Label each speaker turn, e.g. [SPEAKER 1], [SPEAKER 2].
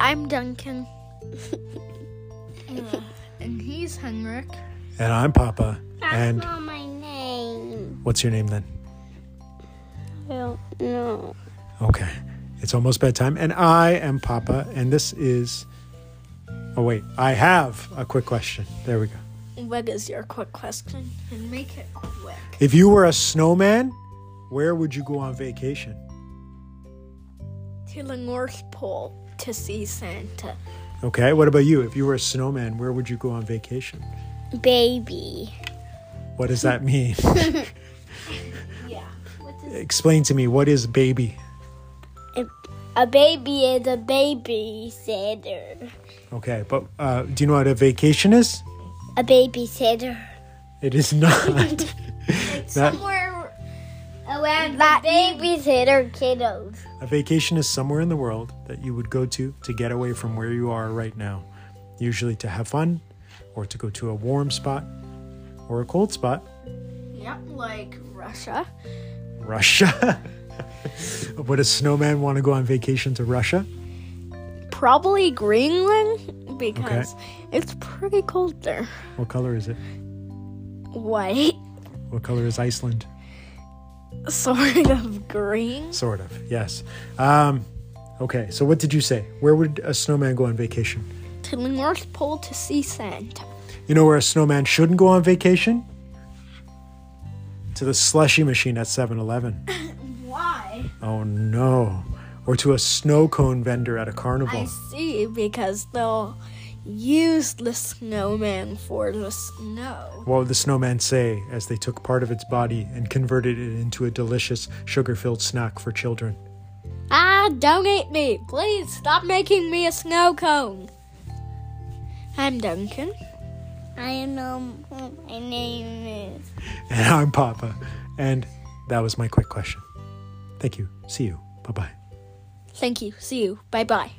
[SPEAKER 1] I'm Duncan. and he's Henrik.
[SPEAKER 2] And I'm Papa. And
[SPEAKER 3] not my name.
[SPEAKER 2] what's your name then?
[SPEAKER 3] I don't know.
[SPEAKER 2] Okay. It's almost bedtime. And I am Papa. And this is. Oh, wait. I have a quick question. There we go.
[SPEAKER 4] What is your quick question?
[SPEAKER 1] And make it quick.
[SPEAKER 2] If you were a snowman, where would you go on vacation?
[SPEAKER 4] To the North Pole to see Santa.
[SPEAKER 2] Okay. What about you? If you were a snowman, where would you go on vacation?
[SPEAKER 3] Baby.
[SPEAKER 2] What does that mean? yeah. Explain to me what is baby?
[SPEAKER 3] A baby is a babysitter.
[SPEAKER 2] Okay, but uh, do you know what a vacation is?
[SPEAKER 3] A babysitter.
[SPEAKER 2] It is not. That-
[SPEAKER 1] Somewhere around
[SPEAKER 3] That babysitter kiddos.
[SPEAKER 2] a vacation is somewhere in the world that you would go to to get away from where you are right now, usually to have fun or to go to a warm spot or a cold spot.
[SPEAKER 4] Yep, like Russia.
[SPEAKER 2] Russia. Would a snowman want to go on vacation to Russia?
[SPEAKER 4] Probably Greenland because it's pretty cold there.
[SPEAKER 2] What color is it?
[SPEAKER 4] White,
[SPEAKER 2] What color is Iceland?
[SPEAKER 4] sort of green.
[SPEAKER 2] Sort of, yes. Um, okay, so what did you say? Where would a snowman go on vacation?
[SPEAKER 4] To the North Pole to see Santa.
[SPEAKER 2] You know where a snowman shouldn't go on vacation? To the slushy machine at 7 Eleven.
[SPEAKER 1] Why?
[SPEAKER 2] Oh no. Or to a snow cone vendor at a carnival.
[SPEAKER 4] I see because they'll use the snowman for the snow.
[SPEAKER 2] What would the snowman say as they took part of its body and converted it into a delicious sugar filled snack for children?
[SPEAKER 4] Ah, don't eat me. Please stop making me a snow cone. I'm Duncan.
[SPEAKER 3] I don't know what my name is.
[SPEAKER 2] And I'm Papa. And that was my quick question. Thank you. See you. Bye bye.
[SPEAKER 4] Thank you. See you. Bye bye.